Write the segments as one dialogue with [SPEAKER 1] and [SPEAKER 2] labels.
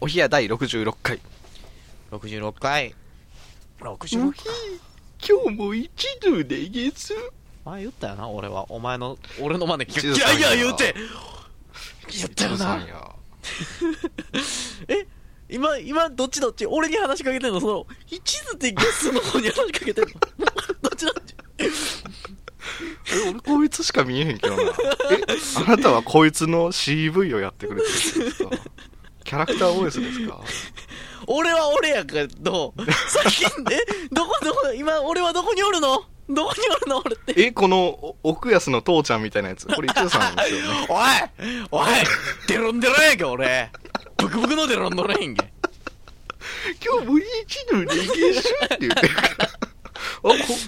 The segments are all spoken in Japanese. [SPEAKER 1] お冷や第66回。
[SPEAKER 2] 66回。
[SPEAKER 1] 66回今日も一度でげす。
[SPEAKER 2] 前言ったよな、俺は。お前の、俺の真似
[SPEAKER 1] 一
[SPEAKER 2] 聞
[SPEAKER 1] 度
[SPEAKER 2] く。
[SPEAKER 1] さんや
[SPEAKER 2] 言ったよな。今、今、どっちどっち俺に話しかけてんのその、一途ってゲスの方に話しかけてんのどっちどっち
[SPEAKER 1] え、俺こいつしか見えへんけ どな。え、あなたはこいつの CV をやってくれてるんですかキャラクター OS ですか
[SPEAKER 2] 俺は俺やけ ど、最近、え、どこどこ、今、俺はどこにおるのどこにおるの俺って。
[SPEAKER 1] え、このお奥安の父ちゃんみたいなやつ。これ一度さんですよね。
[SPEAKER 2] おいおいデロンデロンやんけ、俺。ブクブクのデロンデロンやんけ。
[SPEAKER 1] 今日も一度でげすって言 ってるから。あ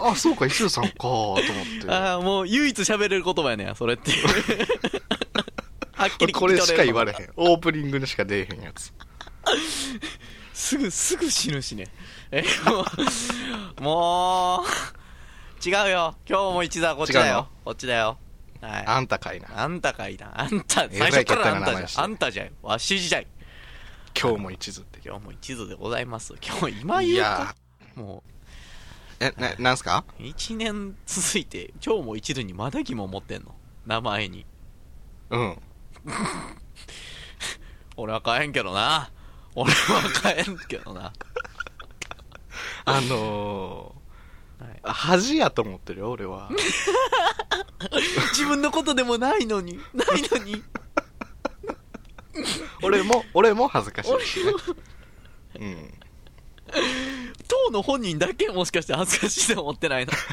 [SPEAKER 1] こあ、そうか、一度さんか、と思って。
[SPEAKER 2] ああ、もう唯一喋れる言葉やねん、それって いう。はっきり聞き
[SPEAKER 1] こ
[SPEAKER 2] 取
[SPEAKER 1] れ
[SPEAKER 2] る
[SPEAKER 1] しか言われへん。オープニングにしか出えへんやつ。
[SPEAKER 2] すぐ、すぐ死ぬしね。 え、もう、もう、違うよ。今日も一座こっちだ
[SPEAKER 1] 違うの
[SPEAKER 2] よ。こっちだよ。はい。
[SPEAKER 1] あんたかいな。
[SPEAKER 2] あんたかいな。あんた、
[SPEAKER 1] えら
[SPEAKER 2] 最初
[SPEAKER 1] い
[SPEAKER 2] からあん
[SPEAKER 1] 勝手な名
[SPEAKER 2] た
[SPEAKER 1] 前
[SPEAKER 2] じ
[SPEAKER 1] して
[SPEAKER 2] ゃん。あんたじゃん。わし時代。
[SPEAKER 1] 今日も一途って。
[SPEAKER 2] 今日も一途でございます。今日、今
[SPEAKER 1] い
[SPEAKER 2] 言うか。
[SPEAKER 1] や
[SPEAKER 2] も
[SPEAKER 1] ー、え、な、なんすか
[SPEAKER 2] う、一年続いて、今日も一途にまだ疑問持ってんの。名前に。
[SPEAKER 1] うん。
[SPEAKER 2] 俺は変えんけどな。俺は変えんけど な。
[SPEAKER 1] あの
[SPEAKER 2] はい
[SPEAKER 1] ー、恥やと思ってるよ、俺は。
[SPEAKER 2] 自分のことでもないのに、ないの に。
[SPEAKER 1] 俺も、俺も恥ずかしいしね。うん。
[SPEAKER 2] 当の本人だけもしかして恥ずかしいと思ってないの。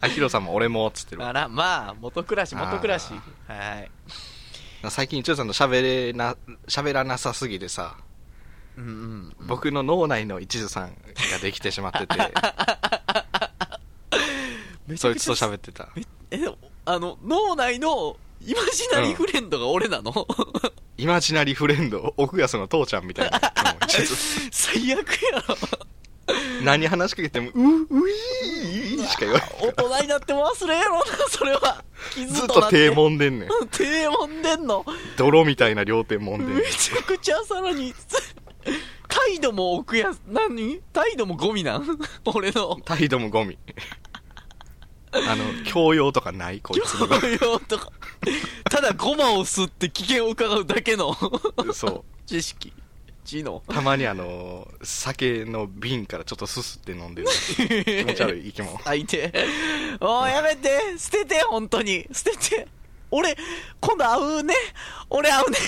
[SPEAKER 1] あ、ヒロさんも俺も、つってるわ。
[SPEAKER 2] あら、まあ、元暮らし、元暮らし。はい。
[SPEAKER 1] 最近、一応さんと喋れな、喋らなさすぎてさ、
[SPEAKER 2] うんうん。
[SPEAKER 1] 僕の脳内の一途さんができてしまってて、
[SPEAKER 2] めち
[SPEAKER 1] そ
[SPEAKER 2] ゃ
[SPEAKER 1] い
[SPEAKER 2] く
[SPEAKER 1] つ
[SPEAKER 2] ちゃ
[SPEAKER 1] と喋ってた。
[SPEAKER 2] めえ、でもあの、脳内の、イマジナリーフレンドが俺なの、
[SPEAKER 1] イマジナリーフレンド、奥安の父ちゃん みたいな。今日も一途
[SPEAKER 2] 最悪やろ。
[SPEAKER 1] 何話しか けても、う、ういーしか言わない。
[SPEAKER 2] 大人になっても忘れやろな、それは。傷
[SPEAKER 1] ずっ
[SPEAKER 2] な
[SPEAKER 1] と低。問でんねん。
[SPEAKER 2] うん低音でんの。
[SPEAKER 1] 泥みたいな両手もんでんねん
[SPEAKER 2] め。ちゃくちゃさらに、 態度も奥や、何態度もゴミなん 俺の。
[SPEAKER 1] 態度もゴミ。 あの、教養とかないこいつの。
[SPEAKER 2] 用とか。ただゴマを吸って危険を伺うだけの
[SPEAKER 1] そう。
[SPEAKER 2] 知識。 知能。
[SPEAKER 1] たまにあの、酒の瓶からちょっとすすって飲んでる。気
[SPEAKER 2] 気
[SPEAKER 1] 持ち 悪い生き物。
[SPEAKER 2] 相手。もうやめて捨てて本当に捨てて俺、今度会うね俺会うね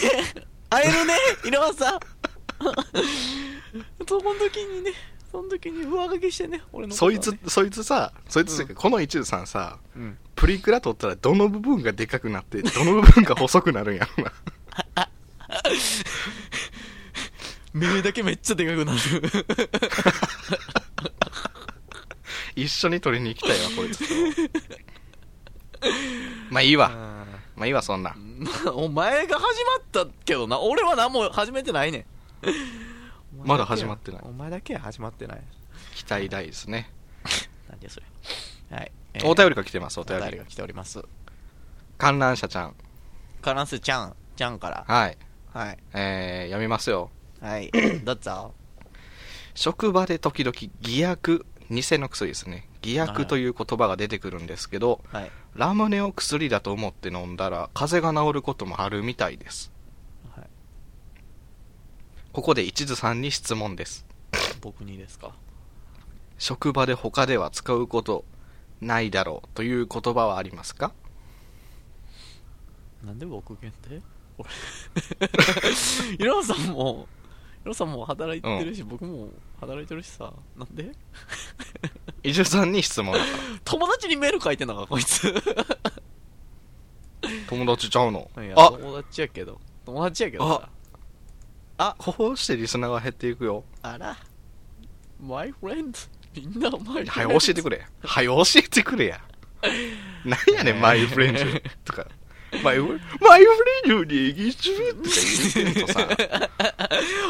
[SPEAKER 2] 会えるね井上さん その時にね、その時に上書きしてね、俺のこと
[SPEAKER 1] そ
[SPEAKER 2] は
[SPEAKER 1] い
[SPEAKER 2] ね、
[SPEAKER 1] つ、そいつさ、そいつっていうか、この一途さんさ、
[SPEAKER 2] うん
[SPEAKER 1] プリクラ撮ったらどの部分がでかくなって、どの部分が細くなるんやろな。
[SPEAKER 2] 目だけめっちゃでかくなる。
[SPEAKER 1] 一緒に撮りに行きたいわ、こいつ と。 まあいいわ。まあいいわ、そんな。
[SPEAKER 2] お前が始まったけどな、俺は何も始めてないねん。
[SPEAKER 1] まだ始まってない
[SPEAKER 2] お前だけや始まってない。
[SPEAKER 1] 期待大ですね。
[SPEAKER 2] なんでそれ。はい。えー
[SPEAKER 1] お便りが来てます、お
[SPEAKER 2] お
[SPEAKER 1] 便
[SPEAKER 2] 便
[SPEAKER 1] り
[SPEAKER 2] り。が来ております。
[SPEAKER 1] 観覧車ちゃん。
[SPEAKER 2] カランスちゃん、ちゃんから。
[SPEAKER 1] はい。
[SPEAKER 2] はい。
[SPEAKER 1] えー、読みますよ。
[SPEAKER 2] はい。どうぞ。
[SPEAKER 1] 職場で時々偽薬偽の薬ですね偽薬という言葉が出てくるんですけど、
[SPEAKER 2] はい。
[SPEAKER 1] ラムネを薬だと思って飲んだら風邪が治ることもあるみたいです
[SPEAKER 2] はい、
[SPEAKER 1] ここで一途さんに質問です
[SPEAKER 2] 僕にですか。
[SPEAKER 1] 職場で他では使うことないだろうという言葉はありますか
[SPEAKER 2] なんで僕限定 俺。いろはさんも、いろはさんも働いてるし、僕も働いてるしさ。なんで
[SPEAKER 1] 一途さんに質問だから
[SPEAKER 2] 友達にメール書いてんのか、こいつ。
[SPEAKER 1] 友達ちゃうの
[SPEAKER 2] いや、
[SPEAKER 1] あ
[SPEAKER 2] 友達やけど。友達やけどさ。
[SPEAKER 1] こうしてリスナーが減っていくよ
[SPEAKER 2] あら。my friend. みんな マイフレ
[SPEAKER 1] は
[SPEAKER 2] ン
[SPEAKER 1] い
[SPEAKER 2] ド。
[SPEAKER 1] 教えてくれはよ教えてくれやなんやねんマイフレンドとかマイフマイフレンドで一緒とか言ってんとさ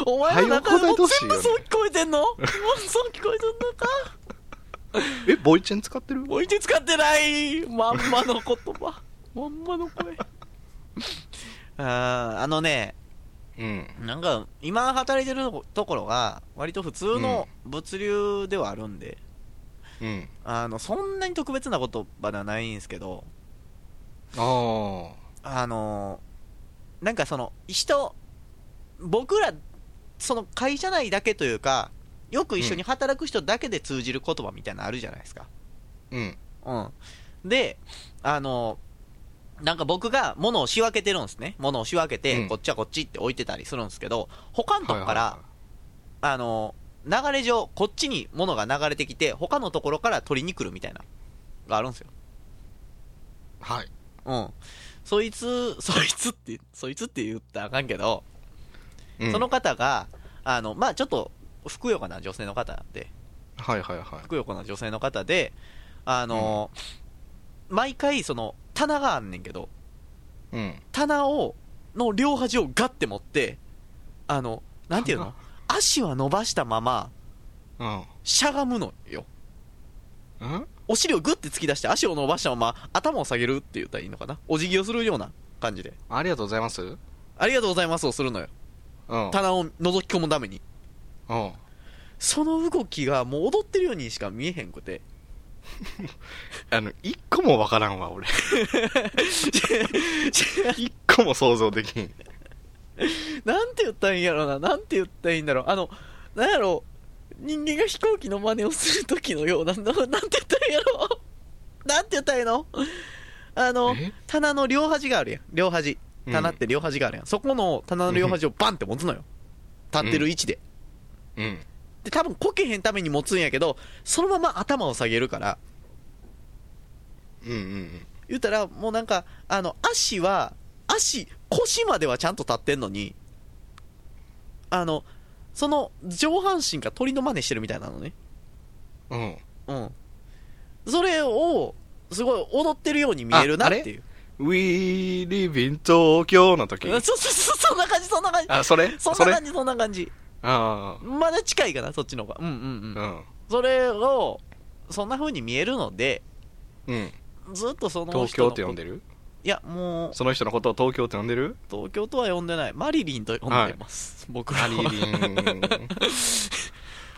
[SPEAKER 2] お前の中で
[SPEAKER 1] は
[SPEAKER 2] も
[SPEAKER 1] よ答えてほしい
[SPEAKER 2] 全
[SPEAKER 1] よね
[SPEAKER 2] 部そう聞こえてんのもうそう聞こえてんのか
[SPEAKER 1] え、ボイチェン使ってる
[SPEAKER 2] もう一度使ってないまんまの 言葉。まんまの声。あーあのね、
[SPEAKER 1] うん。
[SPEAKER 2] なんか、今働いてるところが、割と普通の物流ではあるんで、
[SPEAKER 1] うん。
[SPEAKER 2] あの、そんなに特別なことばではないんですけど、
[SPEAKER 1] あ
[SPEAKER 2] あのーなんかその、人、僕ら、その会社内だけというか、よく一緒に働く人だけで通じる言葉みたいなのあるじゃないですか。
[SPEAKER 1] あ。うん。
[SPEAKER 2] うん。で、あのーなんか僕が物を仕分けてるんですね。物を仕分けて、
[SPEAKER 1] うん
[SPEAKER 2] こっちはこっちって置いてたりするんですけど、他のとこから、
[SPEAKER 1] は
[SPEAKER 2] あのー流れ上、こっちに物が流れてきて、他のところから取りに来るみたいな、があるんですよ。
[SPEAKER 1] いはいはい。は
[SPEAKER 2] う
[SPEAKER 1] い。
[SPEAKER 2] ん。そいつ、そいつって、そいつって言ったらあかんけど、
[SPEAKER 1] うん
[SPEAKER 2] その方が、あの、まあちょっと、ふくよかな女性の方で、
[SPEAKER 1] はいはいはい
[SPEAKER 2] ふ。くよかな女性の方で、あの、毎回、その、棚があんねんけど、
[SPEAKER 1] うん。
[SPEAKER 2] 棚を、の両端をガッて持って、あの、なんていうの足は伸ばしたまま、
[SPEAKER 1] うん。
[SPEAKER 2] しゃがむのよ。
[SPEAKER 1] うん
[SPEAKER 2] お尻をグッて突き出して足を伸ばしたまま、頭を下げるって言ったらいいのかなお辞儀をするような感じで。
[SPEAKER 1] ありがとうございます。うん。
[SPEAKER 2] ありがとうございますをするのよ。
[SPEAKER 1] うん。
[SPEAKER 2] 棚を覗き込むために
[SPEAKER 1] うん
[SPEAKER 2] その動きがもう踊ってるようにしか見えへんくて
[SPEAKER 1] あの、一個もわからんわ、 俺。一個も想像できん。
[SPEAKER 2] なんて言ったらいいんやろななんて言ったらいいんだろうあのなんやろ人間が飛行機の真似をする時のような ななんて言ったらいいんやろなんて言ったらいいのあの
[SPEAKER 1] え
[SPEAKER 2] 棚の両端があるやん両端
[SPEAKER 1] うん
[SPEAKER 2] 棚って両端があるやん、そこの棚の両端をバンって持つのよ立ってる位置で、
[SPEAKER 1] うん。
[SPEAKER 2] で多分こけへんために持つんやけどそのまま頭を下げるから
[SPEAKER 1] うんうん
[SPEAKER 2] 言ったら、もうなんか、あの、足は、足、腰まではちゃんと立ってんのに、あの、その上半身が鳥の真似してるみたいなのね。
[SPEAKER 1] うん。うん。
[SPEAKER 2] うん。それを、すごい踊ってるように見えるなっていう。
[SPEAKER 1] We live in Tokyo の時。
[SPEAKER 2] うんそうそうそう、そんな感じ、そんな感じ。
[SPEAKER 1] あ、それ
[SPEAKER 2] そん
[SPEAKER 1] そ
[SPEAKER 2] な
[SPEAKER 1] れ
[SPEAKER 2] 感じ、そんな感じ。
[SPEAKER 1] あ
[SPEAKER 2] まだ近いかな、そっちの方が。うんうん
[SPEAKER 1] あ。う
[SPEAKER 2] うん。
[SPEAKER 1] ん。
[SPEAKER 2] それを、そんな風に見えるので、
[SPEAKER 1] うん。
[SPEAKER 2] ずっとその人の
[SPEAKER 1] 東京って呼んでる
[SPEAKER 2] いや、もう、
[SPEAKER 1] その人のことを東京って呼んでる
[SPEAKER 2] 東京とは呼んでない。マリリンと呼んでます。僕ら
[SPEAKER 1] マ
[SPEAKER 2] は
[SPEAKER 1] リリ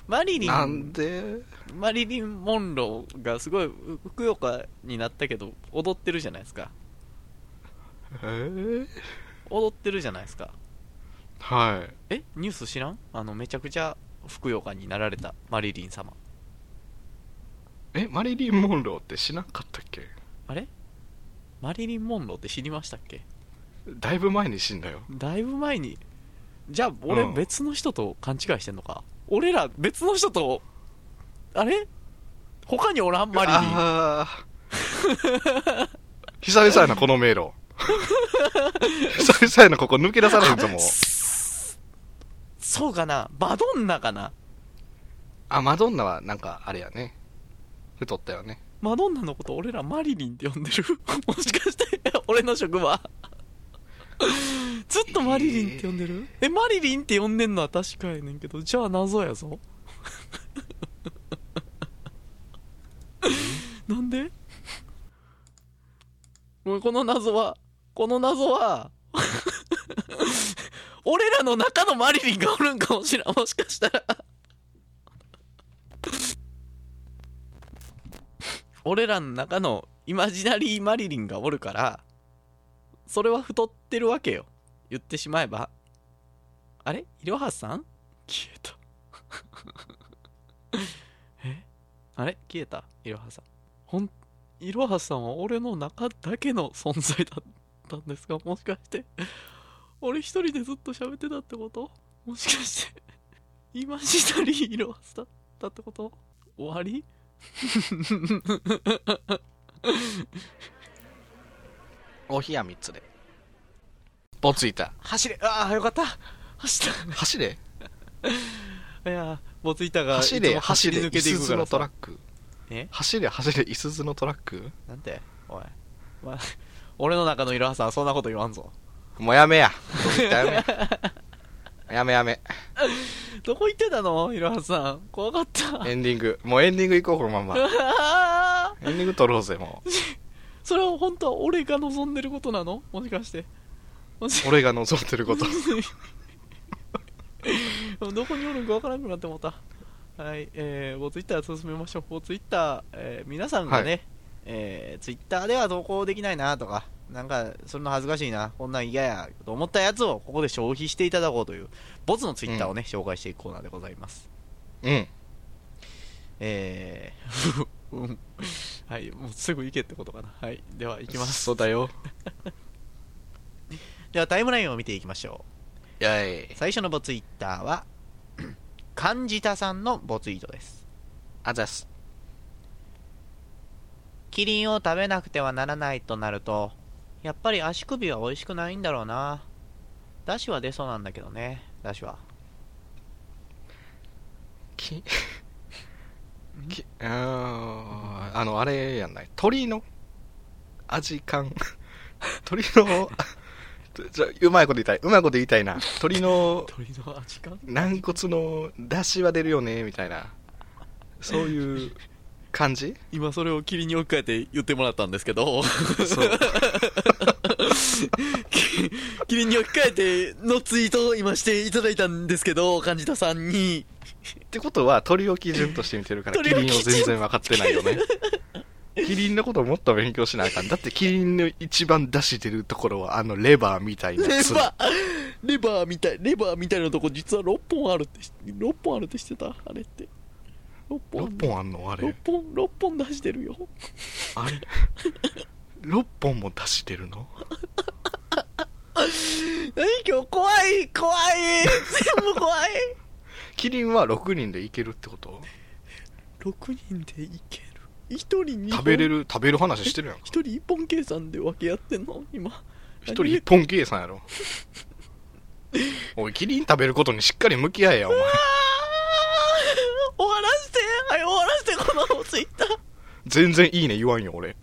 [SPEAKER 2] マリ
[SPEAKER 1] ン。
[SPEAKER 2] リン。
[SPEAKER 1] なんで
[SPEAKER 2] マリリン・モンローがすごいふくよかになったけど踊ってるじゃないですか
[SPEAKER 1] えー
[SPEAKER 2] 踊ってるじゃないですか
[SPEAKER 1] はい。
[SPEAKER 2] えニュース知らんあのめちゃくちゃふくよかになられたマリリン様
[SPEAKER 1] え、マリリン・モンローって知らんかったっけ
[SPEAKER 2] あれマリリン・モンローって知りましたっけ
[SPEAKER 1] だいぶ前に死んだよ。
[SPEAKER 2] だいぶ前にじゃあ俺
[SPEAKER 1] うん
[SPEAKER 2] 別の人と勘違いしてんのか、俺ら別の人とあれ他におらんマリリン
[SPEAKER 1] あー久々やな、この迷 路。久々やな、ここ抜け出さないんぞ、もう。
[SPEAKER 2] そうかなマドンナかな
[SPEAKER 1] あ、マドンナはなんか、あれやね。太ったよね。
[SPEAKER 2] マドンナのこと俺らマリリンって呼んでる もしかして俺の職場 ずっとマリリンって呼んでるえマリリンって呼んでんのは確かやねんけどじゃあ謎やぞ なんでもうこの謎はこの謎は 俺らの中のマリリンがおるんかもしらんもしかしたら俺らの中のイマジナリーマリリンがおるからそれは太ってるわけよ言ってしまえばあれいろはさん消えた えあれ消えたいろはさんほんいろはさんは俺の中だけの存在だったんですかもしかして俺一人でずっと喋ってたってこともしかしてイマジナリーいろはさんだったってこと終わり
[SPEAKER 1] お冷や3つで。ぼついた。
[SPEAKER 2] 走れああよかった走っ
[SPEAKER 1] 走れ
[SPEAKER 2] たいやーもうツイッターが
[SPEAKER 1] 走
[SPEAKER 2] いつ
[SPEAKER 1] れ
[SPEAKER 2] も
[SPEAKER 1] 走
[SPEAKER 2] 走り抜
[SPEAKER 1] れい
[SPEAKER 2] けていく
[SPEAKER 1] すず
[SPEAKER 2] から
[SPEAKER 1] のトラ
[SPEAKER 2] さ
[SPEAKER 1] ック。
[SPEAKER 2] え
[SPEAKER 1] 走れ走れいすずのトラック
[SPEAKER 2] なんておい、ま、 俺の中のいろはさんはそんなこと言わんぞ
[SPEAKER 1] もうやめや。ぼついたやめ や。やめやめ。
[SPEAKER 2] どこ行ってたのいろはさん怖かった
[SPEAKER 1] エンディング。もうエンディング行こう、このまんま。
[SPEAKER 2] あー
[SPEAKER 1] エンディング撮ろうぜ、もう。
[SPEAKER 2] それは本当は俺が望んでることなのもしかしてもし
[SPEAKER 1] 俺が望んでること。
[SPEAKER 2] どこにおるんかわからなくなってもうたはいえー、もうツイッター進めましょうもうツイッター、えー皆さんがね、えーツイッターでは投稿できないなとかなんかそんな恥ずかしいなこんなん嫌やと思ったやつをここで消費していただこうというボツのツイッターをね、紹介していくコーナーでございます
[SPEAKER 1] うん。
[SPEAKER 2] えー うんはい、もうすぐ行けってことかな。はい、では行きます。そうだよ。ではタイムラインを見ていきましょ。。
[SPEAKER 1] やいう
[SPEAKER 2] 最初のボツイッターは、 漢字田さんのボツイートです。
[SPEAKER 1] あざす。
[SPEAKER 2] キリンを食べなくてはならないとなると、やっぱり足首は美味しくないんだろうな。だしは出そうなんだけどね、だしは。
[SPEAKER 1] き、き、あーあの、あれやんない。鳥の味感。 鳥の、じゃうまいこと言いたい。うまいこと言いたいな。鳥の
[SPEAKER 2] 鳥の味か
[SPEAKER 1] 軟骨の出汁は出るよね、みたいな。そういう 感じ
[SPEAKER 2] 今それをキリンに置き換えて言ってもらったんですけど、
[SPEAKER 1] そう。
[SPEAKER 2] きキリンに置き換えてのツイートを今していただいたんですけど、梶田さんに。
[SPEAKER 1] ってことは鳥を基準として見てるからキ
[SPEAKER 2] 鳥を
[SPEAKER 1] リ
[SPEAKER 2] 基
[SPEAKER 1] ンを
[SPEAKER 2] 準
[SPEAKER 1] 全然分かってないよねキリンのことをもっと勉強しなあかんだってキリンの一番出してるところはあのレバーみたい
[SPEAKER 2] レ
[SPEAKER 1] な
[SPEAKER 2] バ
[SPEAKER 1] つ
[SPEAKER 2] ー、レバーみたい、レバーみたいなとこ実は6本あるって、6本あるって知ってたあれって。6本。
[SPEAKER 1] 6本あんのあ
[SPEAKER 2] 6
[SPEAKER 1] れ
[SPEAKER 2] 本、六本出してるよ。
[SPEAKER 1] あれ6本も出してるの
[SPEAKER 2] 何今日怖い、怖い、全部怖い。
[SPEAKER 1] キリンは6人でいけるってこと
[SPEAKER 2] 6人でいける。1人に
[SPEAKER 1] 食べれる食べる話してるやんか
[SPEAKER 2] 1人1本計算で分け合ってんの今。
[SPEAKER 1] 1人1本計算やろおいキリン食べることにしっかり向き合えやお前
[SPEAKER 2] あー終わらしてはい終わらしてこのツイッター
[SPEAKER 1] 全然いいね言わんよ俺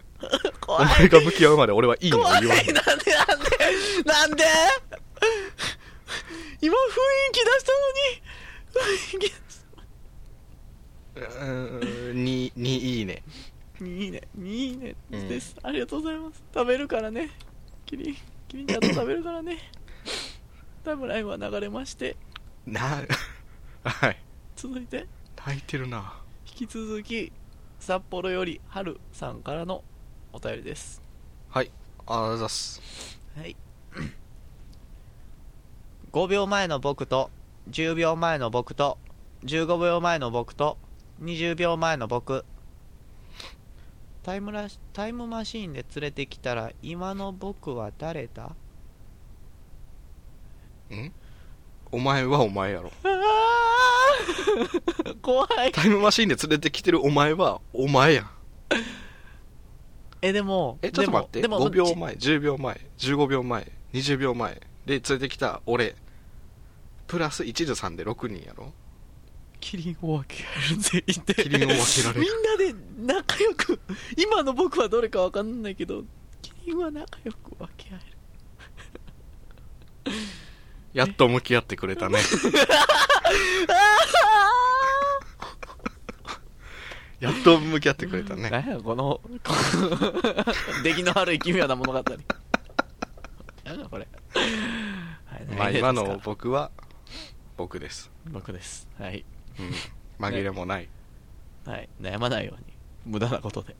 [SPEAKER 1] お
[SPEAKER 2] 怖い
[SPEAKER 1] 前が向き合うまで俺はいいね
[SPEAKER 2] 怖いなん
[SPEAKER 1] 言
[SPEAKER 2] でな
[SPEAKER 1] わ
[SPEAKER 2] んん
[SPEAKER 1] よ
[SPEAKER 2] でなんで今雰囲気出したのに雰囲気出し
[SPEAKER 1] うーんににいいね
[SPEAKER 2] たいいねいいね
[SPEAKER 1] うん
[SPEAKER 2] です、ありがとうございます食べるからねキリンキリンちゃんと食べるからねタイムラインは流れまして
[SPEAKER 1] なはい
[SPEAKER 2] 続いて
[SPEAKER 1] 泣いてるな
[SPEAKER 2] 引き続き札幌より春さんからのお便りです
[SPEAKER 1] はいあざっす
[SPEAKER 2] はい5秒前の僕と10秒前の僕と15秒前の僕と20秒前の僕タイムラタイムマシーンで連れてきたら今の僕は誰だ
[SPEAKER 1] んお前はお前やろ
[SPEAKER 2] 怖い
[SPEAKER 1] タイムマシーンで連れてきてるお前はお前やん
[SPEAKER 2] えでも
[SPEAKER 1] えちょっと待って
[SPEAKER 2] でもでも
[SPEAKER 1] 5秒前10秒前15秒前20秒前で連れてきた俺プラス1時3で6人やろ
[SPEAKER 2] キリンを分けられる全員で
[SPEAKER 1] キリンを分けられ
[SPEAKER 2] みんなで仲良く今の僕はどれか分かんないけどキリンは仲良く分け合える
[SPEAKER 1] やっと向き合ってく れたねやっと向き合ってくれたね
[SPEAKER 2] 何やこの この出来の悪い奇妙な物語何やこれ、はい
[SPEAKER 1] まあ今
[SPEAKER 2] 何
[SPEAKER 1] の
[SPEAKER 2] ですか
[SPEAKER 1] 僕は僕です、
[SPEAKER 2] 僕ですはい、
[SPEAKER 1] うん、紛れもない、
[SPEAKER 2] はい、悩まないように無駄なことで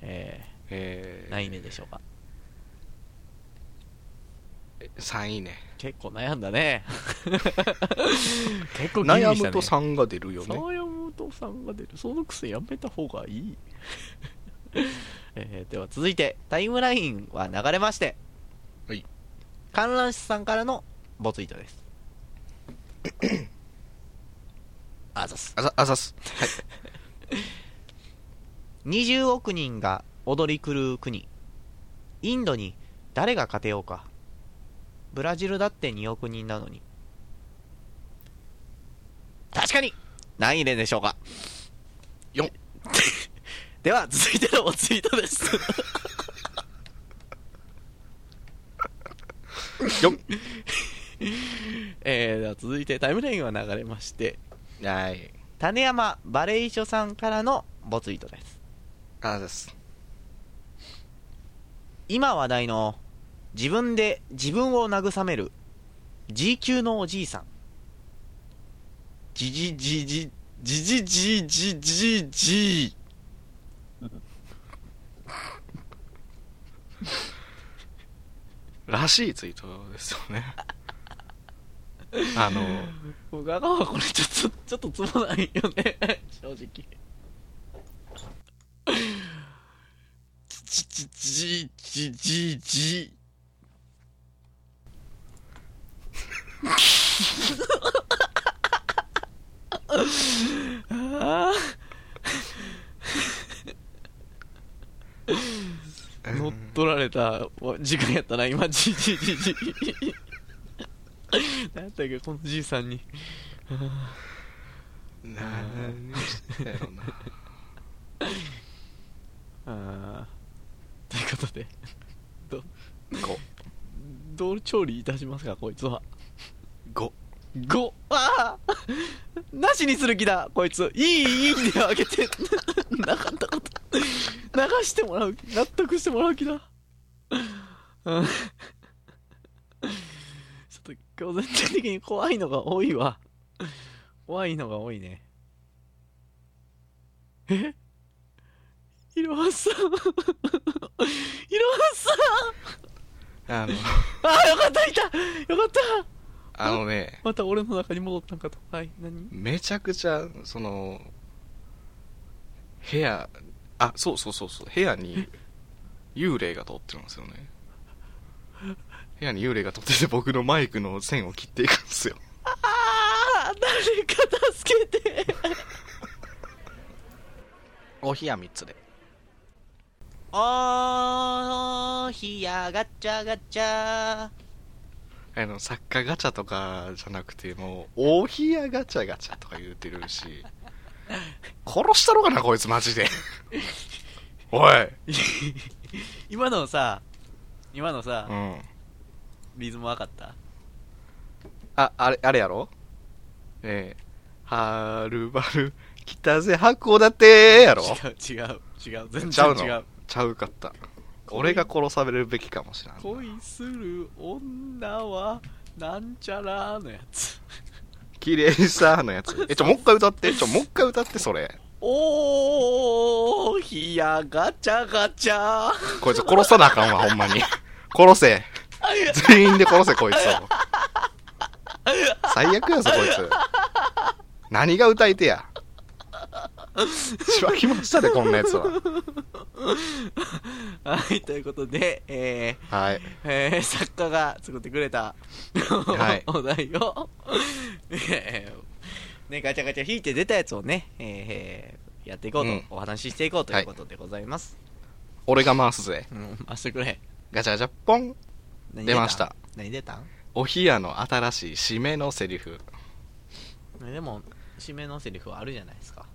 [SPEAKER 2] え
[SPEAKER 1] え
[SPEAKER 2] ー、
[SPEAKER 1] ー、
[SPEAKER 2] 何位目でしょうか
[SPEAKER 1] 3いいね
[SPEAKER 2] 結構悩んだね結構ギリギリ
[SPEAKER 1] 悩
[SPEAKER 2] した、ね、
[SPEAKER 1] むと3が出るよね
[SPEAKER 2] 悩むとさんが出るその癖やめた方がいい えーでは続いてタイムラインは流れまして
[SPEAKER 1] はい
[SPEAKER 2] 観覧室さんからのボツイートです あざす
[SPEAKER 1] あざあざっす
[SPEAKER 2] 20億人が踊り狂う国インドに誰が勝てようかブラジルだって2億人なのに確かに何位ででしょうか
[SPEAKER 1] よっ
[SPEAKER 2] では続いてのツイートです
[SPEAKER 1] よっ
[SPEAKER 2] えー、では続いてタイムラインは流れまして
[SPEAKER 1] はい
[SPEAKER 2] 種山バレイショさんからのボツイートです
[SPEAKER 1] あざっす
[SPEAKER 2] 今話題の自分で自分を慰める G 級のおじいさんじじじじじじじじじじ
[SPEAKER 1] らしいツイートですよ ねあの
[SPEAKER 2] 僕あのこれちょっとちょっとつまないよね正直じじじじじ じああ 乗っ取られた時間やったな今じじじじ 何やったっけこのじいさんに
[SPEAKER 1] 何してやろな
[SPEAKER 2] ああということで
[SPEAKER 1] 5
[SPEAKER 2] どう調理いたしますかこいつは
[SPEAKER 1] 5
[SPEAKER 2] 5ああなしにする気だこいついいいいねをあげて なかったこと流してもらう納得してもらう気だうんちょっと今日全体的に怖いのが多いわ怖いのが多いねえいろはさんいろはさん
[SPEAKER 1] あの
[SPEAKER 2] ああよかったいたよかった
[SPEAKER 1] あのね
[SPEAKER 2] また俺の中に戻ったんかとはい何
[SPEAKER 1] めちゃくちゃその部屋あそうそうそうそう部屋に幽霊が通ってるんですよね部屋に幽霊が通ってて僕のマイクの線を切っていくんですよ
[SPEAKER 2] ああ誰か助けて
[SPEAKER 1] お部屋3つで
[SPEAKER 2] おーひやガチャガチャ
[SPEAKER 1] あの作家ガチャとかじゃなくてもうお部屋ガチャガチャとか言うてる し殺したろかなこいつマジ でおい
[SPEAKER 2] 今のさ今のさ、
[SPEAKER 1] うん
[SPEAKER 2] リズム分かった
[SPEAKER 1] あ、あれ、あれやろええはるばる、来たぜ、函館やろ
[SPEAKER 2] 違う違う違う全
[SPEAKER 1] ちゃ
[SPEAKER 2] 然
[SPEAKER 1] う
[SPEAKER 2] 違
[SPEAKER 1] の
[SPEAKER 2] う
[SPEAKER 1] ちゃうかった。俺が殺されるべきかもしれん。
[SPEAKER 2] 恋する女はなんちゃらのやつ
[SPEAKER 1] 綺麗さのやつ。 え、ちょ、もう一回歌って。ちょ、もう一回歌って、それ。
[SPEAKER 2] おーひやガチャガチャ
[SPEAKER 1] こいつ殺さなあかんわ、ほんまに。殺せ。全員で殺せ、こいつを。最悪やぞ、こいつ。何が歌い手 や。しばきましたで、こんなやつは。
[SPEAKER 2] はいということでえー、
[SPEAKER 1] はい。
[SPEAKER 2] えー作家が作ってくれた、
[SPEAKER 1] い
[SPEAKER 2] お題を、 えーね、ガチャガチャ引いて出たやつをね、えーやっていこうと、
[SPEAKER 1] うん
[SPEAKER 2] お話ししていこうということでございます、
[SPEAKER 1] 俺が回すぜ。
[SPEAKER 2] うん回してくれ
[SPEAKER 1] ガチャガチャ、ポン。
[SPEAKER 2] 何
[SPEAKER 1] 出ました
[SPEAKER 2] 何出たん
[SPEAKER 1] お冷やの新しい締めのセリフ
[SPEAKER 2] ねでも締めのセリフはあるじゃないですか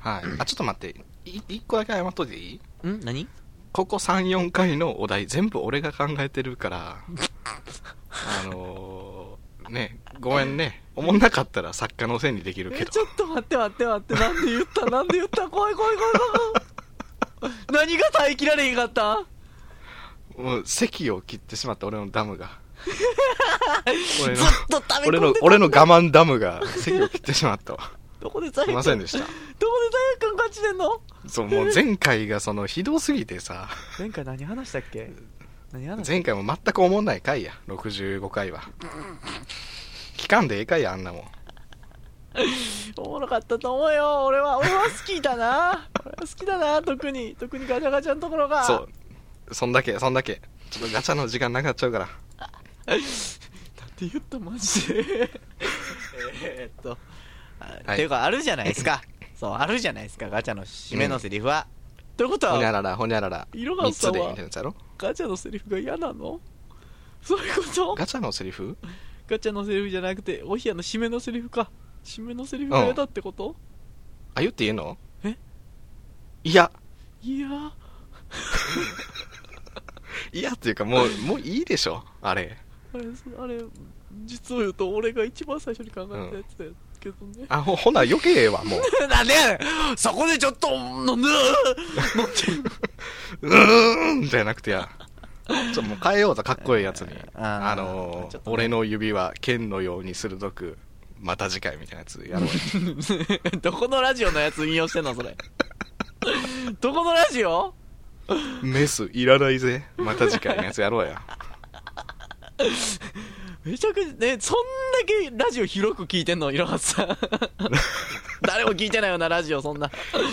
[SPEAKER 1] はいあちょっと待ってい一個だけ謝っといていい
[SPEAKER 2] ん何
[SPEAKER 1] ここ34回のお題全部俺が考えてるからあのー、ねごめんね思んなかったら作家のせいにできるけ
[SPEAKER 2] え
[SPEAKER 1] ど
[SPEAKER 2] ちょっと待って待って待ってなんで言ったなんで言った怖い怖い怖い怖い 何が耐えきられへんかった
[SPEAKER 1] もう席を切ってしまった俺のダム が俺
[SPEAKER 2] ず
[SPEAKER 1] の
[SPEAKER 2] っと食べ
[SPEAKER 1] 俺
[SPEAKER 2] 込ん
[SPEAKER 1] の
[SPEAKER 2] でた
[SPEAKER 1] 俺の我慢ダムが席を切ってしまったわ
[SPEAKER 2] どこで罪
[SPEAKER 1] すいませんでした
[SPEAKER 2] どこで罪悪感感じてんの
[SPEAKER 1] そうもう前回がそのひどすぎてさ
[SPEAKER 2] 前回何話したっけ何話した
[SPEAKER 1] 前回も全く思んない回や65回は期間でええかいやあんなもん
[SPEAKER 2] おもろかったと思うよ俺は俺は好きだな俺は好きだな特に特にガチャガチャのところが
[SPEAKER 1] そうそんだけそんだけちょっとガチャの時間なくなっちゃうから
[SPEAKER 2] だって言ったマジでえーっと、あ
[SPEAKER 1] はい
[SPEAKER 2] っていうかあるじゃないですかそうあるじゃないですかガチャの締めのセリフは、ということ
[SPEAKER 1] ほにゃ
[SPEAKER 2] は
[SPEAKER 1] ららほにゃらら
[SPEAKER 2] 色が
[SPEAKER 1] 3
[SPEAKER 2] さ
[SPEAKER 1] つでみたいなやつやろ
[SPEAKER 2] ガチャのセリフが嫌なのそういうこと
[SPEAKER 1] ガチャのセリフ
[SPEAKER 2] ガチャのセリフじゃなくておひやの締めのセリフか締めのセリフが嫌だってこと、
[SPEAKER 1] あ言っていいの
[SPEAKER 2] え
[SPEAKER 1] いや
[SPEAKER 2] いやー
[SPEAKER 1] いやっていうかもうもういいでしょあれ
[SPEAKER 2] あれあれ実を言うと俺が一番最初に考えたやつだけどね、
[SPEAKER 1] あほほな余計ええわもう
[SPEAKER 2] なんでやねんそこでちょっとなんで
[SPEAKER 1] うーんじゃなくてやちょっともう変えようぜかっこいいやつに
[SPEAKER 2] あー
[SPEAKER 1] あのー
[SPEAKER 2] ちょっとね
[SPEAKER 1] 俺の指は剣のように鋭くまた次回みたいなやつやろうよ
[SPEAKER 2] どこのラジオのやつ引用してんのそれどこのラジオ
[SPEAKER 1] メスいらないぜまた次回のやつやろうや
[SPEAKER 2] めちゃくちゃねそんだけラジオ広く聞いてんのいろはさん誰も聞いてないようなラジオそんな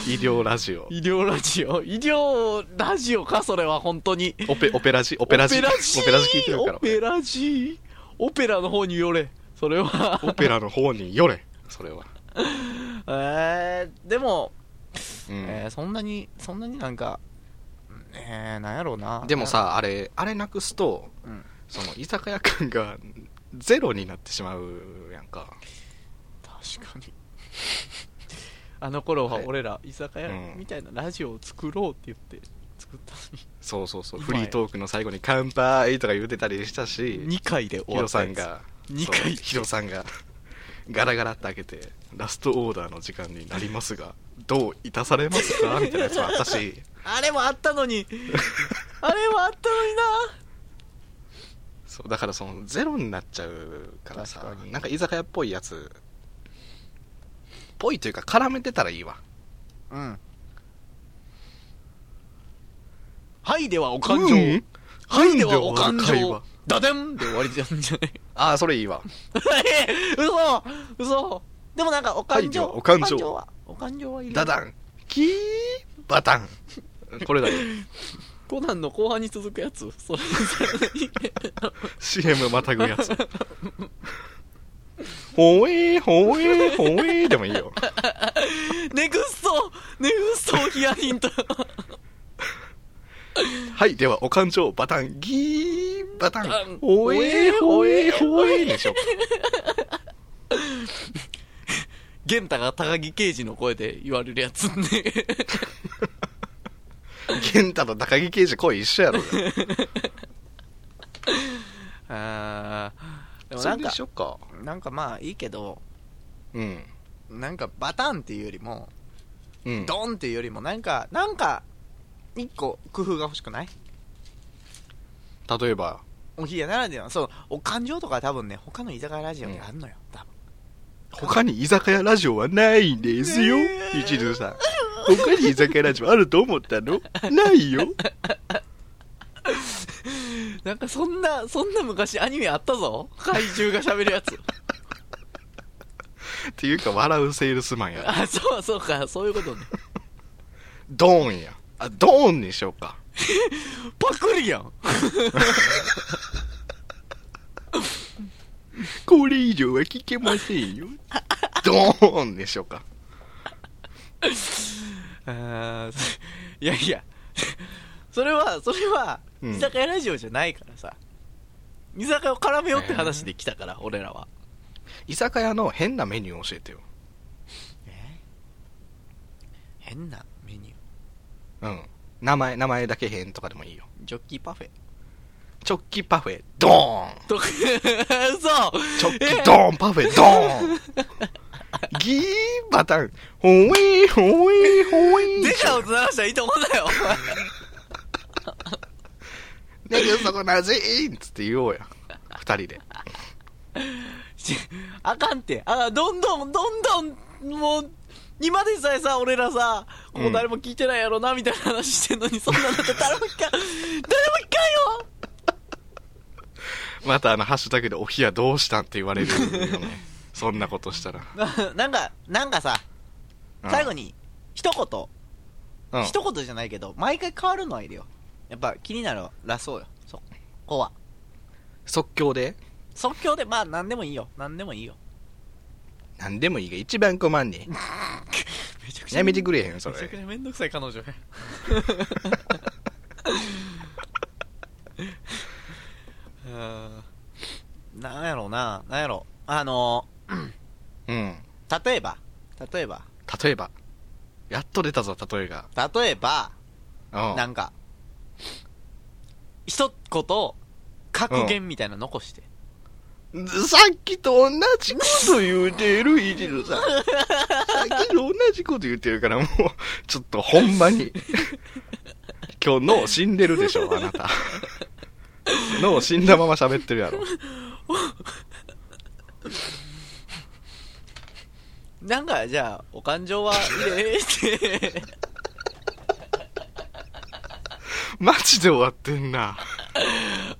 [SPEAKER 1] 医療ラジオ
[SPEAKER 2] 医療ラジオ医療ラジオかそれは本当に
[SPEAKER 1] オペオペラジオペラジ
[SPEAKER 2] オペラジ
[SPEAKER 1] オペラジ聞いてるから
[SPEAKER 2] オペラジオペラの方によれそれは
[SPEAKER 1] オペラの方によれそれは、
[SPEAKER 2] えー、でも、
[SPEAKER 1] うん
[SPEAKER 2] えーそんなにそんなになんかえー、なんやろうな
[SPEAKER 1] でもさあれあれなくすと
[SPEAKER 2] うん
[SPEAKER 1] その居酒屋感がゼロになってしまうやんか
[SPEAKER 2] 確かに あの頃は
[SPEAKER 1] はい
[SPEAKER 2] 俺ら居酒屋
[SPEAKER 1] うん
[SPEAKER 2] みたいなラジオを作ろうって言って作った
[SPEAKER 1] そうそうそう
[SPEAKER 2] 今
[SPEAKER 1] フリートークの最後に「乾杯!」とか言うてたりした
[SPEAKER 2] の
[SPEAKER 1] し
[SPEAKER 2] に2回で終
[SPEAKER 1] ヒ
[SPEAKER 2] わっ
[SPEAKER 1] ロ
[SPEAKER 2] た
[SPEAKER 1] さ
[SPEAKER 2] や
[SPEAKER 1] ん
[SPEAKER 2] つ
[SPEAKER 1] が
[SPEAKER 2] 2回
[SPEAKER 1] ヒロさんがガラガラって開けてラストオーダーの時間になりますがどういたされますかみたいなやつもあったし
[SPEAKER 2] あれもあったの にあれもあったのにな
[SPEAKER 1] そうだからそのゼロになっちゃうからさ
[SPEAKER 2] 確かに
[SPEAKER 1] なんか居酒屋っぽいやつっぽいというか絡めてたらいいわ
[SPEAKER 2] うんはいではお感情、
[SPEAKER 1] うん
[SPEAKER 2] はいではお感
[SPEAKER 1] うんではお会
[SPEAKER 2] 情
[SPEAKER 1] 話
[SPEAKER 2] ダデンで終わりじゃんじゃない
[SPEAKER 1] ああそれいいわ
[SPEAKER 2] え嘘嘘でもなんかお感情、
[SPEAKER 1] はいではお感情
[SPEAKER 2] はお感情はいる
[SPEAKER 1] ダダンキーバタンこれ だよ
[SPEAKER 2] コナンの後半に続くやつ それ
[SPEAKER 1] CM またぐやつ ほえーほえーほえーでもいいよ
[SPEAKER 2] ネクストネクストヒアヒント
[SPEAKER 1] はいではお勘定バタンギーバタ
[SPEAKER 2] バタ
[SPEAKER 1] ン
[SPEAKER 2] ン
[SPEAKER 1] ほえーほえーほえーでしょ
[SPEAKER 2] 玄太が高木刑事の声で言われるやつね
[SPEAKER 1] 健太と高木刑事声一緒やろ
[SPEAKER 2] あーでも
[SPEAKER 1] そ
[SPEAKER 2] な
[SPEAKER 1] れ
[SPEAKER 2] ん
[SPEAKER 1] で
[SPEAKER 2] か
[SPEAKER 1] しょか
[SPEAKER 2] なんかまあいいけど
[SPEAKER 1] うん
[SPEAKER 2] なんかバタンっていうよりも
[SPEAKER 1] うん
[SPEAKER 2] ドンっていうよりもなんかなんか一個工夫が欲しくない
[SPEAKER 1] 例えば
[SPEAKER 2] おひやならではそうお感情とか多分ね他の居酒屋ラジオにあんのよ、多分
[SPEAKER 1] 他に居酒屋ラジオはないんですよ
[SPEAKER 2] ねえ
[SPEAKER 1] 一途さん他に居酒屋ラジオあると思っ たのないよ
[SPEAKER 2] なんかそんなそんな昔アニメあったぞ怪獣が喋るや つ
[SPEAKER 1] っていうか笑うセールスマンや
[SPEAKER 2] あそうそうかそういうことね
[SPEAKER 1] ドーンやあドーンにしようか
[SPEAKER 2] パクリやん
[SPEAKER 1] これ以上は聞けませ んよドーンにしようか
[SPEAKER 2] あーいやいや、それは、それは、
[SPEAKER 1] うん
[SPEAKER 2] 居酒屋ラジオじゃないからさ。居酒屋を絡めようって話できたから、俺らは。
[SPEAKER 1] 居酒屋の変なメニューを教えてよ
[SPEAKER 2] 変なメニュー。
[SPEAKER 1] うん名前名前だけ変とかでもいいよ
[SPEAKER 2] ジョッキパフ ェ。
[SPEAKER 1] チョッキパフェドーン
[SPEAKER 2] と嘘
[SPEAKER 1] チョッキドーンパフェドーンギーバタンほえほえほえ
[SPEAKER 2] デカを鳴らしたらいいと思うんだよ。
[SPEAKER 1] ねえ、そこなじーんつって言おうや。二人で。
[SPEAKER 2] あかんって。あ、どんどん、どんどん、もう、今でさえさ、俺らさ、ここ誰も聞いてないやろな、みたいな話してんのに、そんなのって誰も聞 かん、誰も聞かんよ
[SPEAKER 1] またあの、ハッシュタグでお冷やどうしたんって言われるよね。そんなことしたら。
[SPEAKER 2] な なんか、なんかさ、最後に、一言、
[SPEAKER 1] うん、うん、
[SPEAKER 2] 一言じゃないけど、毎回変わるのはいるよ。やっぱ気になるらそうよ。そこは。
[SPEAKER 1] 即興で
[SPEAKER 2] 即興で、まあ何でもいいよ。何でもいいよ。
[SPEAKER 1] 何でもいいが一番困んねん。
[SPEAKER 2] めちゃく
[SPEAKER 1] やめてくれへん、そ
[SPEAKER 2] めちゃく
[SPEAKER 1] れ。
[SPEAKER 2] ちゃめんどくさい彼女。 うんなんやろうな、なんやろう。あの、
[SPEAKER 1] うん。
[SPEAKER 2] 例えば、例えば、
[SPEAKER 1] 例えば。やっと出たぞ、例えが。
[SPEAKER 2] 例えば、
[SPEAKER 1] うん。
[SPEAKER 2] なんか、一言、格言みたいなの残して。
[SPEAKER 1] さっきと同じこと言うてる、イジルさん。さっきと同じこと言うてるから、もう、ちょっとほんまに。今日脳死んでるでしょ、あなた。脳死んだまま喋ってるやろ。
[SPEAKER 2] なんか、じゃあ、お感情は入れ て。
[SPEAKER 1] マジで終わってんな。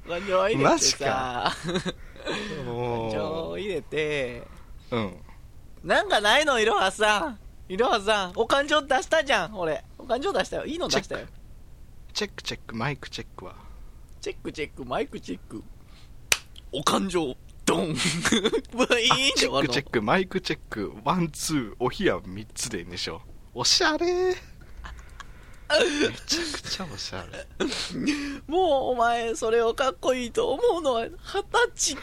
[SPEAKER 2] お感情は入れ
[SPEAKER 1] マ
[SPEAKER 2] て
[SPEAKER 1] ジ
[SPEAKER 2] さ
[SPEAKER 1] か。
[SPEAKER 2] 感情
[SPEAKER 1] も
[SPEAKER 2] を入れて。
[SPEAKER 1] う。うん。
[SPEAKER 2] なんかないのいろはさん。いろはさん。お感情出したじゃん、俺。お感情出したよ。いいの出したよ。
[SPEAKER 1] チェックチェック、マイクチェックは。
[SPEAKER 2] チェックチェック、マイクチェック。お感情、ドン。 ブイーンって
[SPEAKER 1] チ
[SPEAKER 2] 終
[SPEAKER 1] ェ
[SPEAKER 2] わ
[SPEAKER 1] ッ
[SPEAKER 2] る
[SPEAKER 1] ク
[SPEAKER 2] の
[SPEAKER 1] チェック、マイクチェック、ワン、ツー、おひや3つで2章。おしゃれめちゃくちゃおしゃれ。
[SPEAKER 2] もうお前、それをかっこいいと思うのは、二十歳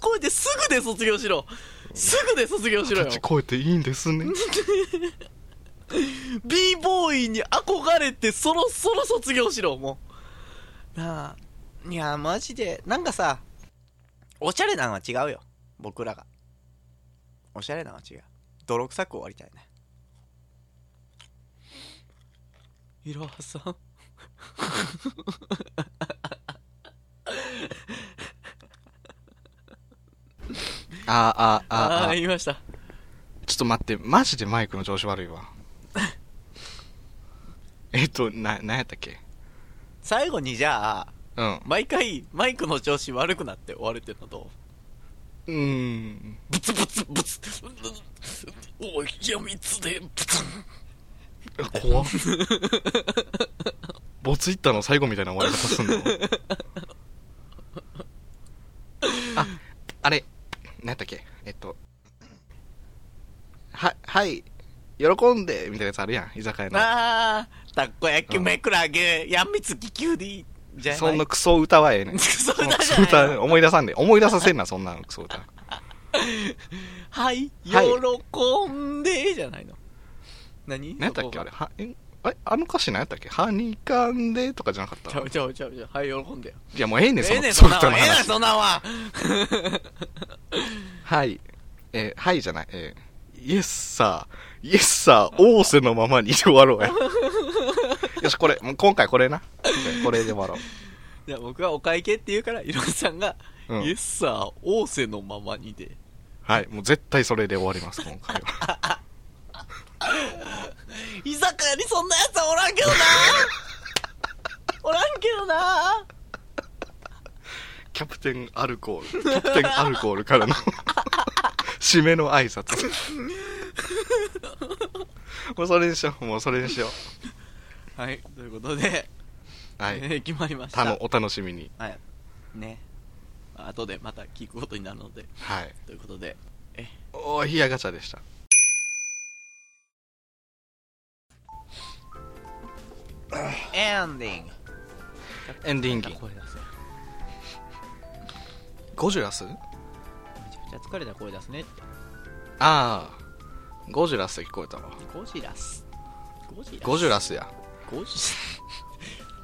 [SPEAKER 2] 超えてすぐで卒業しろ。すぐで卒業しろよ
[SPEAKER 1] 立。ち超えていいんで すね。
[SPEAKER 2] b ボーイに憧れてそろそろ卒業しろもうなあいやマジでなんかさおしゃれなんは違うよ僕らがおしゃれなんは違う泥臭く終わりたいねいろはさんあ
[SPEAKER 1] あーあーあー
[SPEAKER 2] あ
[SPEAKER 1] あー
[SPEAKER 2] 言いました
[SPEAKER 1] ちょっと待って、マジでマイクの調子悪いわ。 えっと、な、なんやったっけ
[SPEAKER 2] 最後にじゃあ
[SPEAKER 1] うん。
[SPEAKER 2] 毎回マイクの調子悪くなって終わるっていうのどう
[SPEAKER 1] うーん。
[SPEAKER 2] ブツブツブツおいやみつでブツン
[SPEAKER 1] 怖っ。ボツイッターの最後みたいな終わり方すんのあ、あれ、何やったっけえっと、は、はい、喜んで、みたいなやつあるやん、居酒屋の。
[SPEAKER 2] あー、たこ焼きめくらげ、やみつききゅうり、じゃない
[SPEAKER 1] そんな、クソ歌はええねん。
[SPEAKER 2] そ
[SPEAKER 1] そ
[SPEAKER 2] ん
[SPEAKER 1] の
[SPEAKER 2] な
[SPEAKER 1] ク
[SPEAKER 2] じゃ
[SPEAKER 1] ソ
[SPEAKER 2] ない
[SPEAKER 1] 歌、
[SPEAKER 2] の
[SPEAKER 1] 思い出さんで、思い出させんな、そんなのクソ歌。
[SPEAKER 2] はい、
[SPEAKER 1] はい
[SPEAKER 2] 喜んで、じゃないの。何
[SPEAKER 1] 何やったっけ
[SPEAKER 2] そこ
[SPEAKER 1] あれ
[SPEAKER 2] が
[SPEAKER 1] はえあれあの歌詞何やったっけはにかんでとかじゃなかっ
[SPEAKER 2] ちゃ
[SPEAKER 1] た
[SPEAKER 2] うちゃうちゃうちゃう。はい、喜んでよ。
[SPEAKER 1] いやもうええねんそ
[SPEAKER 2] ええ
[SPEAKER 1] の
[SPEAKER 2] ねん、
[SPEAKER 1] ク
[SPEAKER 2] そ
[SPEAKER 1] ソ
[SPEAKER 2] んなん
[SPEAKER 1] 歌
[SPEAKER 2] は。
[SPEAKER 1] の
[SPEAKER 2] ええねん、
[SPEAKER 1] 話
[SPEAKER 2] そんなんは。
[SPEAKER 1] はいえーはいじゃないえーイエスさイエスさ王瀬のままにで終 わろうやよしこれもう今回これな今回これで終わろ
[SPEAKER 2] じゃあ僕はお会計って言うから、いろんさんが、
[SPEAKER 1] う、うん
[SPEAKER 2] イエスさー、王瀬のままにで。
[SPEAKER 1] はいもう絶対それで終わります今回 は
[SPEAKER 2] 居酒屋にそんなやつはおらんけど なおらんけどな
[SPEAKER 1] キャプテンアルコールキャプテンアルコールから の締めの挨拶もうそれにしようもうそれにしよ
[SPEAKER 2] はい、ということで、
[SPEAKER 1] うはい
[SPEAKER 2] えー決まりましたた。
[SPEAKER 1] のお楽しみに
[SPEAKER 2] はい。ね。後でまた聞くことになるので、
[SPEAKER 1] はい
[SPEAKER 2] ということで。
[SPEAKER 1] おー冷やガチャでした
[SPEAKER 2] エンディング。
[SPEAKER 1] エンディング
[SPEAKER 2] 声出す。
[SPEAKER 1] ゴジュラス
[SPEAKER 2] めちゃくちゃ疲れた声出すねって。
[SPEAKER 1] ああゴジュラスって聞こえたわ
[SPEAKER 2] ゴジラス。ゴジラス。
[SPEAKER 1] ゴジュラスや
[SPEAKER 2] ゴジ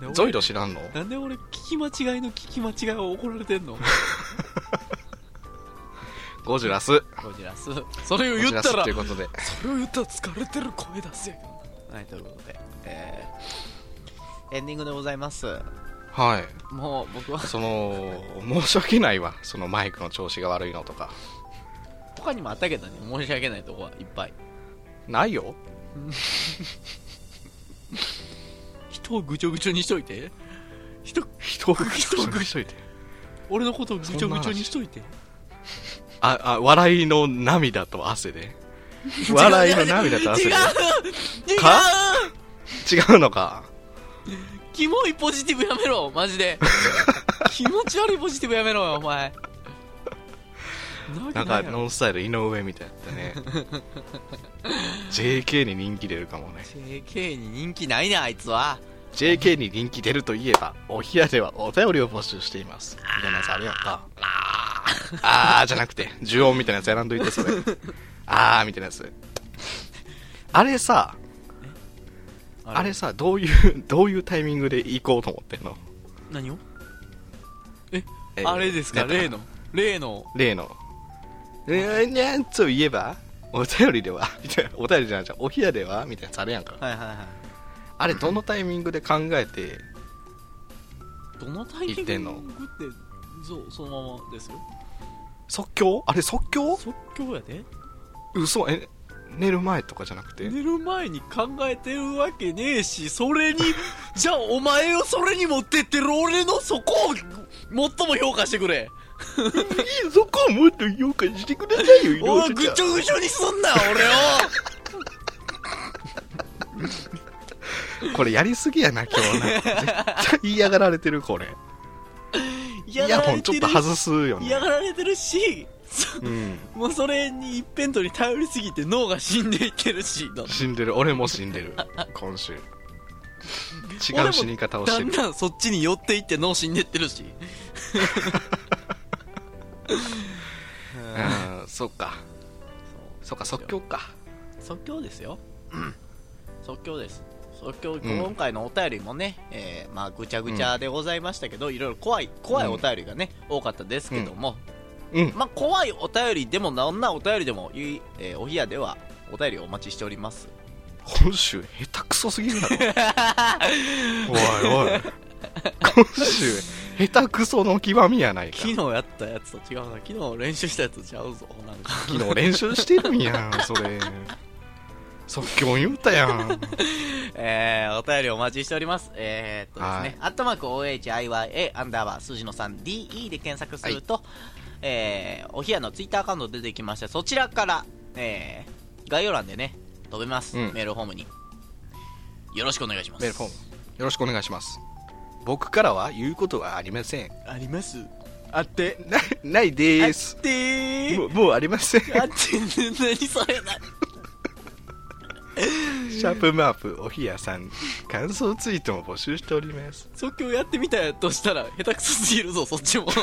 [SPEAKER 2] ラ
[SPEAKER 1] ゾイド知らんの
[SPEAKER 2] なんで俺聞き間違いの聞き間違いを怒られてん の
[SPEAKER 1] ゴジュラスゴ
[SPEAKER 2] ゴジラス。それを
[SPEAKER 1] ジ
[SPEAKER 2] 言
[SPEAKER 1] ュ
[SPEAKER 2] っ
[SPEAKER 1] ラス
[SPEAKER 2] たら
[SPEAKER 1] とい、うことで
[SPEAKER 2] それを言ったら疲れてる声出すよ。はい、ということで。えーエンディングでございます。
[SPEAKER 1] はい
[SPEAKER 2] もう僕は
[SPEAKER 1] その申し訳ないわそのマイクの調子が悪いのとか
[SPEAKER 2] 他にもあったけどね、申し訳ないとこはいっぱい。
[SPEAKER 1] ないよ
[SPEAKER 2] 人をぐちょぐちょにしといて人
[SPEAKER 1] 人を人
[SPEAKER 2] 人を
[SPEAKER 1] をしといて
[SPEAKER 2] 俺のことをぐちょぐちょにしといて
[SPEAKER 1] ああ笑いの涙と汗 で笑いの涙と汗
[SPEAKER 2] 違う
[SPEAKER 1] で
[SPEAKER 2] 違う
[SPEAKER 1] か違うの か
[SPEAKER 2] キモいポジティブやめろマジ で気持ち悪いポジティブやめろよお前
[SPEAKER 1] なん
[SPEAKER 2] な
[SPEAKER 1] か
[SPEAKER 2] ん
[SPEAKER 1] ノンスタイル井上みたいだった ね JK に人気出るかもね
[SPEAKER 2] JK に人気ないねあいつは
[SPEAKER 1] JK に人気出るといえば、お部屋ではお便りを募集しています。みたいなやつあるやんか。あーじゃなくて、呪音みたいなやつ選んどいて、それ。あーみたいなやつ。あれさ、あれさ、どういう、どういうタイミングで行こうと思ってんの
[SPEAKER 2] 何を
[SPEAKER 1] えー
[SPEAKER 2] あれですか
[SPEAKER 1] なんや
[SPEAKER 2] 例
[SPEAKER 1] った
[SPEAKER 2] の例の
[SPEAKER 1] 例の。えー、にゃんといえば、お便りでは、 みたいな、お便りじゃないじゃん、お部屋ではみたいなやつあるやんか。
[SPEAKER 2] はいはいはい
[SPEAKER 1] あれ、どのタイミングで考えて、
[SPEAKER 2] どのタイミング
[SPEAKER 1] 言ってんの
[SPEAKER 2] ってそうそのままですよ
[SPEAKER 1] 即興あれ、即興
[SPEAKER 2] 即興やで
[SPEAKER 1] 嘘え、寝る前とかじゃなくて
[SPEAKER 2] 寝る前に考えてるわけねえしそれにじゃあお前をそれに持ってってる俺のそこを最も評価してくれ
[SPEAKER 1] そこをもっと評価してくださいよ
[SPEAKER 2] おいぐちょぐちょにすんな俺を
[SPEAKER 1] これやりすぎやな今日な絶対嫌がられてるこれイ
[SPEAKER 2] 嫌
[SPEAKER 1] ヤ
[SPEAKER 2] がら
[SPEAKER 1] ホ
[SPEAKER 2] れ
[SPEAKER 1] ンちょ
[SPEAKER 2] て
[SPEAKER 1] っ
[SPEAKER 2] る
[SPEAKER 1] と外すよね
[SPEAKER 2] 嫌がられてるしそ
[SPEAKER 1] うん
[SPEAKER 2] もうそれに一辺倒に頼りすぎて脳が死んでいってるしどんどん
[SPEAKER 1] 死んでる俺も死んでる今週違う死に方をし
[SPEAKER 2] だ
[SPEAKER 1] て
[SPEAKER 2] ん
[SPEAKER 1] る
[SPEAKER 2] だんそっちに寄っていって脳死んでってるしうん
[SPEAKER 1] うんそっかそっか即興か
[SPEAKER 2] 即興ですよ、即興です即興、
[SPEAKER 1] ん
[SPEAKER 2] 今回のお便りもね、えーまあ、ぐちゃぐちゃでございましたけど、いろいろ怖い怖いお便りがね、多かったですけども、
[SPEAKER 1] うん
[SPEAKER 2] まあ、怖いお便りでもどんなお便りでもいい、えーお部屋ではお便りお待ちしております
[SPEAKER 1] 今週下手くそすぎ るだろ
[SPEAKER 2] 昨
[SPEAKER 1] おいおい今週下手くその極みやないか
[SPEAKER 2] 日やったやつと違うな昨日練習したやつちゃうぞなんか
[SPEAKER 1] 昨日練習してるん やんそれ即興言うたやん
[SPEAKER 2] えー、お便りお待ちしております。えー、っとですね、アットマーク OHIYA アンダーバー数字の 3DE で検索すると、えー、おひやのツイッターアカウント出てきまして、そちらから、えー、概要欄でね、飛べます、
[SPEAKER 1] うん
[SPEAKER 2] メールフォームに。よろしくお願いします。
[SPEAKER 1] メールフォームよろしくお願いします僕からは言うことはありません
[SPEAKER 2] ありますあって。
[SPEAKER 1] なないでーす
[SPEAKER 2] あってー
[SPEAKER 1] もうもうありませんシ
[SPEAKER 2] あって、何それな。
[SPEAKER 1] ャープマープおひやさん感想ツイートも募集しております
[SPEAKER 2] 即興やってみたとしたら、下手くそすぎるぞ、そっち も。下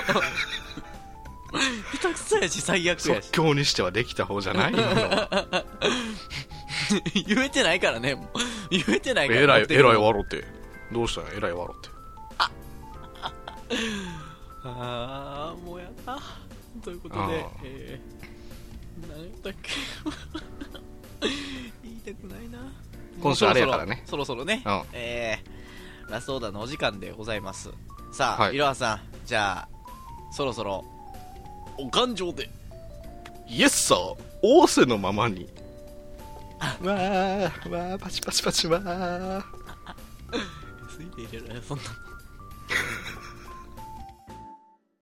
[SPEAKER 2] 手くそやし、最悪や
[SPEAKER 1] 即
[SPEAKER 2] し。
[SPEAKER 1] 興にしてはできた方じゃないの
[SPEAKER 2] 言えてないからね、もう。言えてないから。
[SPEAKER 1] えら
[SPEAKER 2] 持
[SPEAKER 1] い
[SPEAKER 2] っ
[SPEAKER 1] え
[SPEAKER 2] てくる
[SPEAKER 1] らい笑ってどうしたんえらい笑って
[SPEAKER 2] あー、もうやだ。ということ
[SPEAKER 1] あ
[SPEAKER 2] で
[SPEAKER 1] ー、
[SPEAKER 2] えー、何だっけ 言いたくないな。
[SPEAKER 1] 今週
[SPEAKER 2] もうそろそろ
[SPEAKER 1] あれやからね
[SPEAKER 2] そろそろね
[SPEAKER 1] うん、
[SPEAKER 2] えー、ラストオーダーのお時間でございます。さあ、
[SPEAKER 1] はい
[SPEAKER 2] いろはさん、じゃあ、そろそろ、お感情で。
[SPEAKER 1] イエスサー仰せのままにわーわーパチパチパチわー
[SPEAKER 2] ついていれない、そんな。